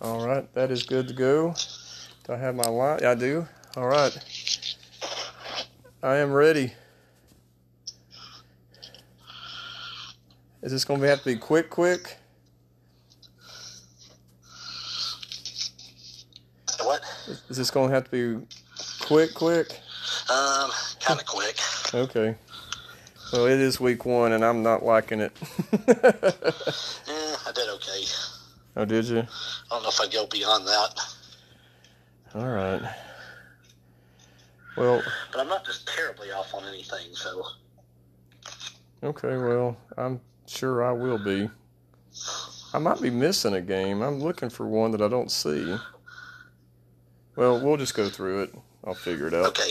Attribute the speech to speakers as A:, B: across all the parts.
A: That is good to go. Do I have my line? I do. All right. I am ready. Is this going to have to be quick, quick?
B: What?
A: Is this going to have to be quick, quick?
B: Um, kind of quick.
A: Okay. Well, it is week one, and I'm not liking it.
B: Eh, I did okay.
A: oh, did you?
B: I don't know if I'd go beyond that.
A: All right. Well,
B: But I'm not just terribly off on anything, so.
A: okay. Well, I'm sure I will be. I might be missing a game. I'm looking for one that I don't see. Well, we'll just go through it. I'll figure it out.
B: Okay.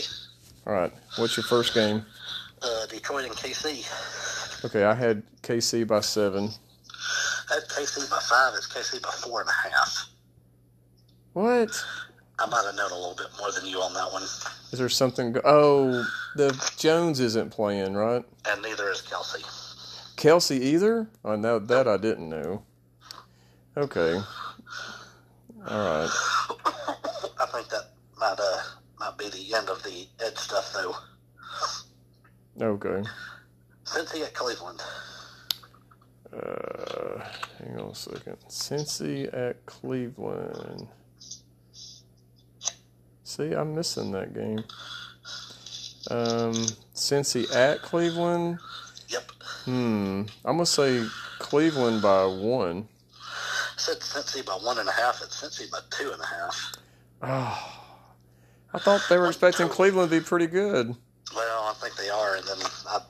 A: All right. What's your first game?
B: Uh, Detroit and KC.
A: Okay, I had KC by seven.
B: That's KC by five. It's KC by four and a half.
A: What?
B: I might have known a little bit more than you on that one.
A: Is there something? Go- oh, the Jones isn't playing, right?
B: And neither is Kelsey.
A: Kelsey either? I know that I didn't know. Okay. All right.
B: I think that might uh might be the end of the Ed stuff though.
A: Okay.
B: Cincy at Cleveland.
A: Uh, hang on a second. Cincy at Cleveland. See, I'm missing that game. Um, Cincy at Cleveland.
B: Yep.
A: Hmm. I'm gonna say Cleveland by one.
B: Said Cincy by one and a half. It's Cincy by two and a half.
A: Oh, I thought they were expecting Cleveland to be pretty good.
B: Well, I think they are, and then I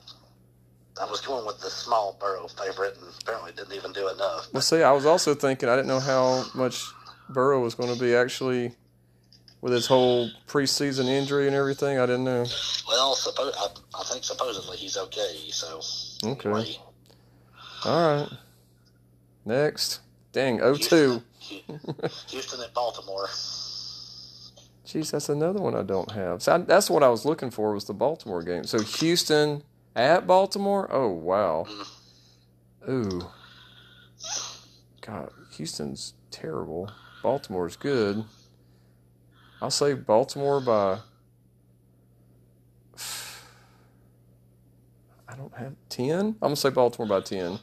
B: I was going with the small borough favorite, and apparently didn't even do enough.
A: Well, see, I was also thinking I didn't know how much Burrow was going to be actually with his whole preseason injury and everything. I didn't know.
B: Well, suppo- I, I think supposedly he's okay. So
A: Okay.
B: anyway,
A: All right. Next. Dang, 02.
B: Houston at Baltimore.
A: Jeez, that's another one I don't have. So I, that's what I was looking for was the Baltimore game. So Houston at Baltimore? Oh, wow. Ooh. God, Houston's terrible. Baltimore's good. I'll say Baltimore by. I don't have 10. I'm going to say Baltimore by 10.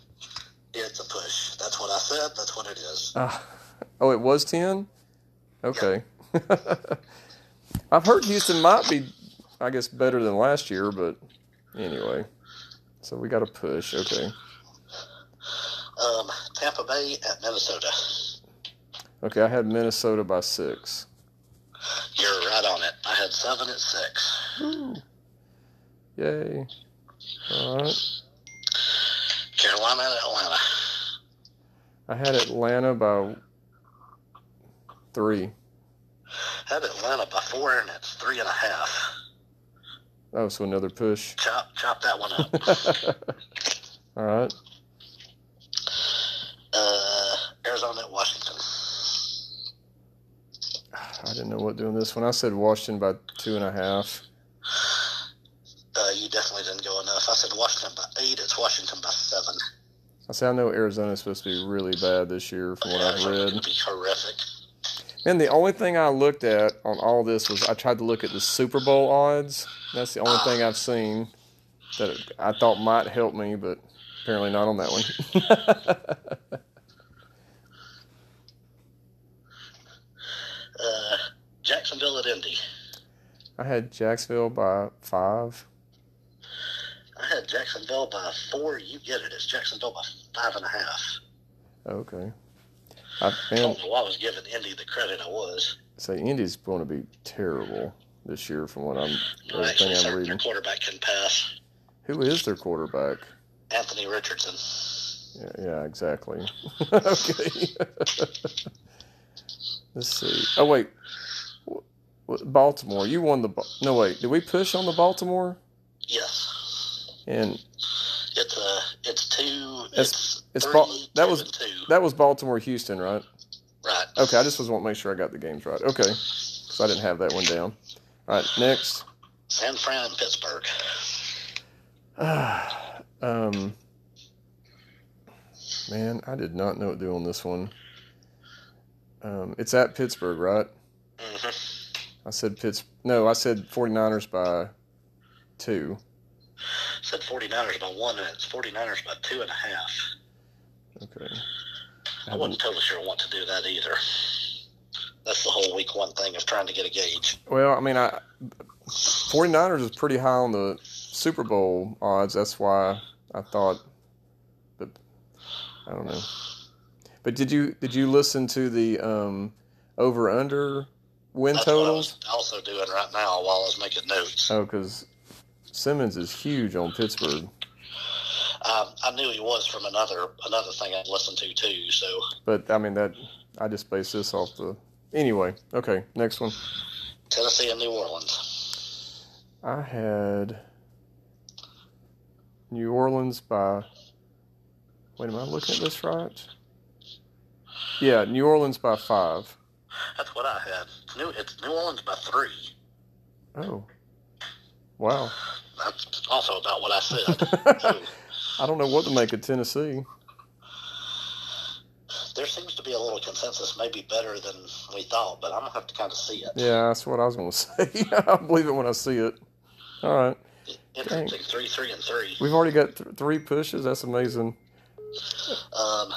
B: It's a push. That's what I said. That's what it is.
A: Ah, oh, it was 10? Okay. I've heard Houston might be, I guess, better than last year, but anyway. So we got a push. Okay.
B: Um, Tampa Bay at Minnesota.
A: Okay, I had Minnesota by six.
B: You're right on it. I had seven at six.
A: Yay. All right.
B: Carolina at Atlanta.
A: I had Atlanta by three.
B: Had Atlanta by four, and it's three and a half.
A: Oh, so another push.
B: Chop, chop that one up.
A: All right.
B: uh, Arizona at Washington.
A: I didn't know what doing this one. I said Washington by two and a half.
B: Uh, you definitely didn't go enough. I said Washington by eight. It's Washington by seven.
A: I say I know Arizona's supposed to be really bad this year from what I've
B: Arizona's
A: read.
B: gonna be horrific.
A: Man, the only thing I looked at on all this was I tried to look at the Super Bowl odds. That's the only thing I've seen that I thought might help me, but apparently not on that one.
B: Uh, Jacksonville at Indy.
A: I had Jacksonville by five.
B: I had Jacksonville by four. You get it. It's Jacksonville by five and a half.
A: Okay. I
B: I
A: man,
B: don't know why I was giving Indy the credit I was.
A: say Indy's going to be terrible this year from what I'm
B: Actually,
A: everything I'm
B: their- their
A: reading.
B: quarterback can pass.
A: Who is their quarterback?
B: Anthony Richardson.
A: Yeah, yeah exactly. okay. Let's see. Oh wait, W- w- Baltimore. You won the. Ba- No wait, did we push on the Baltimore?
B: Yes.
A: And
B: It's uh, it's two.
A: It's-
B: It's
A: it's
B: three,
A: Bal- that
B: two,
A: was-
B: and two.
A: that was Baltimore Houston, right?
B: right.
A: Okay, I just was want to make sure I got the games right. Okay, because I didn't have that one down. All right, next.
B: San Fran and Pittsburgh.
A: Um, man, I did not know what to do on this one. Um, it's at Pittsburgh, right?
B: Mm-hmm.
A: I said Pitts. No, I said 49ers by two.
B: Said 49ers by one, and it's 49ers by two and a half.
A: Okay.
B: I wasn't totally sure what to do that either. That's the whole week one thing of trying to get a gauge.
A: Well, I mean, I 49ers is pretty high on the Super Bowl odds. That's why I thought that I don't know. But did you did you listen to the um, over under win
B: That's what I
A: totals?
B: was also doing right now while I was making notes.
A: Oh, because Simmons is huge on Pittsburgh.
B: Um, I knew he was from another another thing I'd listened to too. So
A: But I mean that I just based this off the anyway. Okay, next one.
B: Tennessee and New Orleans.
A: I had New Orleans by. Wait, am I looking at this right? Yeah, New Orleans by five.
B: That's what I had. It's New it's New Orleans by three.
A: Oh, wow!
B: That's also about what I said.
A: I don't know what to make of Tennessee.
B: there seems to be a little consensus, maybe better than we thought, but I'm gonna have to kind of see it.
A: Yeah, that's what I was going to say. I believe it when I see it. All right,
B: Interesting, three, three, and three.
A: we've already got th- three pushes. That's amazing.
B: Um,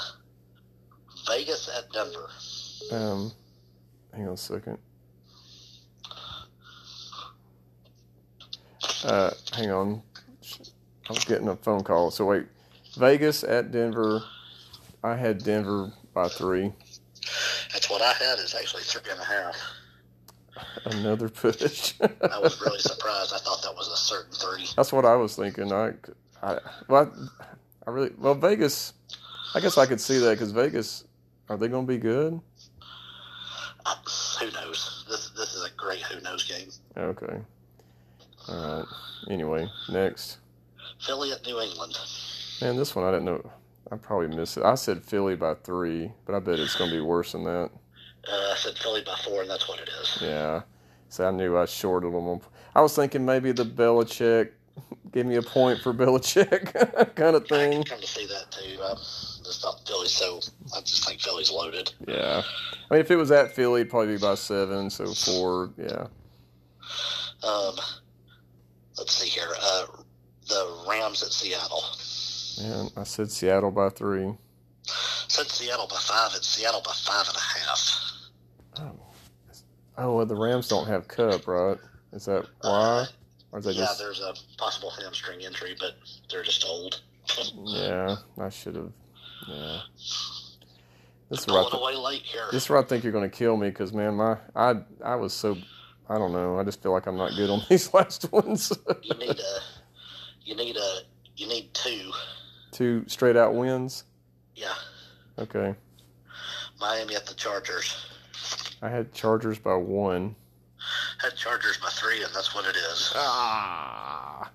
B: Vegas at Denver.
A: Um, hang on a second. Uh, hang on. I was getting a phone call. So wait, Vegas at Denver. I had Denver by three.
B: That's what I had. Is actually three and a half.
A: Another push.
B: I was really surprised. I thought that was a certain three.
A: That's what I was thinking. I, I, well, I, I really well Vegas. I guess I could see that because Vegas. Are they going to be good?
B: I, who knows? This this is a great who knows game.
A: Okay. All right. Anyway, next.
B: Philly at New England.
A: Man, this one I didn't know. I probably missed it. I said Philly by three, but I bet it's going to be worse than that.
B: Uh, I said Philly by four, and that's what it is.
A: Yeah. So I knew I shorted them. on- I was thinking maybe the Belichick, give me a point for Belichick kind of
B: I
A: thing.
B: can kind of see that too. Um, just thought Philly, so I just think Philly's loaded.
A: Yeah. I mean, if it was at Philly, it'd probably be by seven, so four. Yeah.
B: Um, let's see here. Uh, the Rams at Seattle.
A: Man, I said Seattle by three.
B: Said Seattle by five. It's Seattle by five and a half.
A: Oh, oh well, the Rams don't have Cup, right? Is that why? Or is that
B: yeah,
A: just.
B: there's a possible hamstring injury, but they're just old.
A: Yeah, I should have. Yeah. This is what I
B: Pulling
A: thought.
B: away late here.
A: This is where I think you're going to kill me because, man, my I I was so I don't know. I just feel like I'm not good on these last ones.
B: You need a, you need a, you need two.
A: Two straight out wins.
B: Yeah,
A: Okay,
B: Miami at the Chargers.
A: I had Chargers by one.
B: Had Chargers by three, and that's what it is.
A: Ah.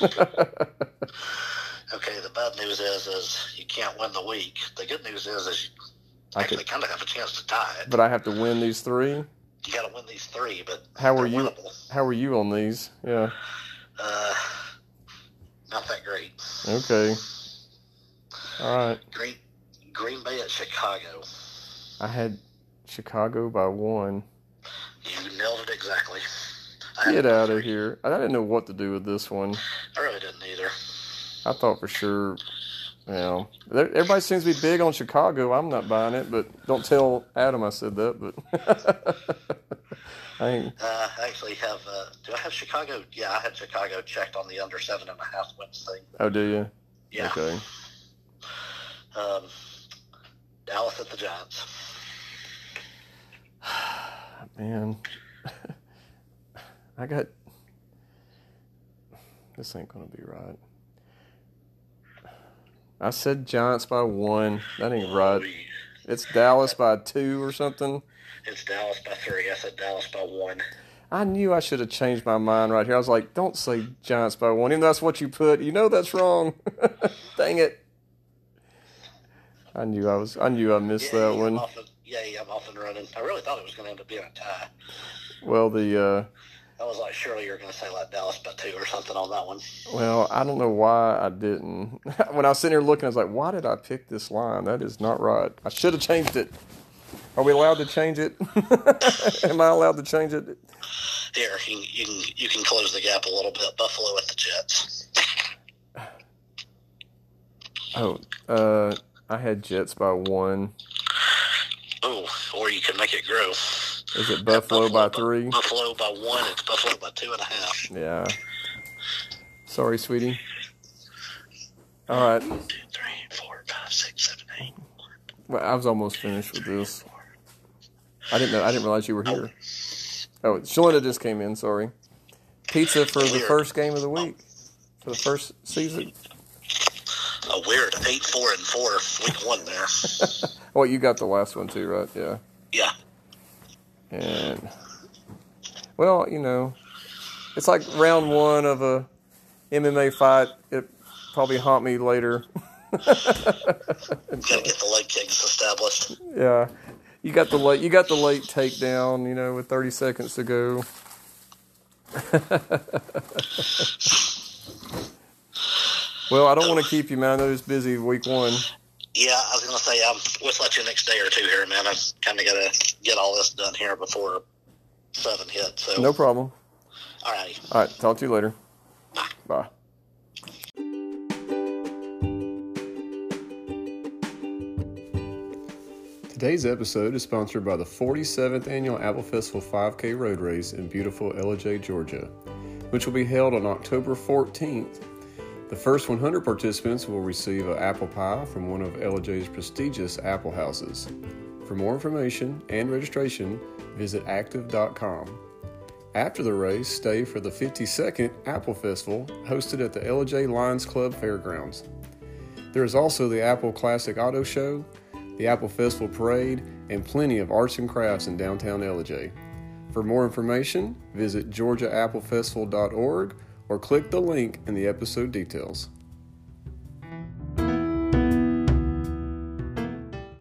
B: Okay, the bad news is is you can't win the week. The good news is is you
A: I
B: actually
A: could,
B: kind of have a chance to tie it.
A: but I have to win these three.
B: You got to win these three, but
A: How
B: they're
A: were you?
B: winnable.
A: How were you on these? Yeah.
B: Uh, not that great.
A: Okay. All right.
B: Green Green Bay at Chicago.
A: I had Chicago by one.
B: You nailed it exactly. I had
A: Get
B: it by
A: out of
B: three.
A: here. I didn't know what to do with this one.
B: I really didn't either.
A: I thought for sure. You know, there- everybody seems to be big on Chicago. I'm not buying it, but don't tell Adam I said that. But I ain't,
B: Uh, I actually have. Uh, do I have Chicago? Yeah, I had Chicago checked on the under seven and a half wins thing.
A: oh, do you?
B: Yeah.
A: Okay.
B: Um, Dallas at the Giants.
A: Man, I got this. Ain't gonna be right. I said Giants by one. That ain't right. It's Dallas by two or something.
B: It's Dallas by three. I said Dallas by one.
A: I knew I should have changed my mind right here. I was like, don't say Giants by one, even though that's what you put. You know that's wrong. Dang it. I knew I was I knew I missed that
B: I'm
A: one.
B: Off and, yeah, I'm off and running. I really thought it was going to end up being a tie.
A: Well the uh
B: I was like, surely you're going to say like Dallas by two or something on that one.
A: well, I don't know why I didn't. when I was sitting here looking, I was like, why did I pick this line? That is not right. I should have changed it. Are we allowed to change it? Am I allowed to change it?
B: Here, you, you can you can close the gap a little bit. Buffalo at the Jets.
A: Oh, uh, I had Jets by one.
B: Oh, or you can make it grow.
A: Is it Buffalo, by three?
B: Buffalo by one. It's Buffalo by two and a half.
A: Yeah. Sorry, sweetie. All right.
B: One, two, three, four, five, six, seven, eight.
A: Well, I was almost finished with this.
B: Four.
A: I didn't know. I didn't realize you were here. Oh, Shalinda just came in. Sorry. Pizza for the first game of the week, for the first season.
B: A weird eight, four, and four. Week one there.
A: Oh, you got the last one too, right? Yeah.
B: Yeah.
A: And well, you know, it's like round one of a MMA fight. It probably haunt me later.
B: Gotta get the leg kicks established.
A: yeah. You got the late. You got the late takedown. You know, with 30 seconds to go. well, I don't want to keep you, man. I know it's busy week one.
B: Yeah, I was gonna say um, we'll let you next day or two here, man. I kind of gotta get all this done here before seven hits. So,
A: No problem.
B: all righty.
A: All right. Talk to you later. Bye. Today's episode is sponsored by the 47th Annual Apple Festival 5K Road Race in beautiful LJ, Georgia, which will be held on October 14th. The first 100 participants will receive an apple pie from one of LJ's prestigious apple houses. For more information and registration, visit active.com. After the race, stay for the 52nd Apple Festival hosted at the LJ Lions Club Fairgrounds. There is also the Apple Classic Auto Show, the Apple Festival Parade, and plenty of arts and crafts in downtown LJ. For more information, visit georgiaapplefestival.org or click the link in the episode details.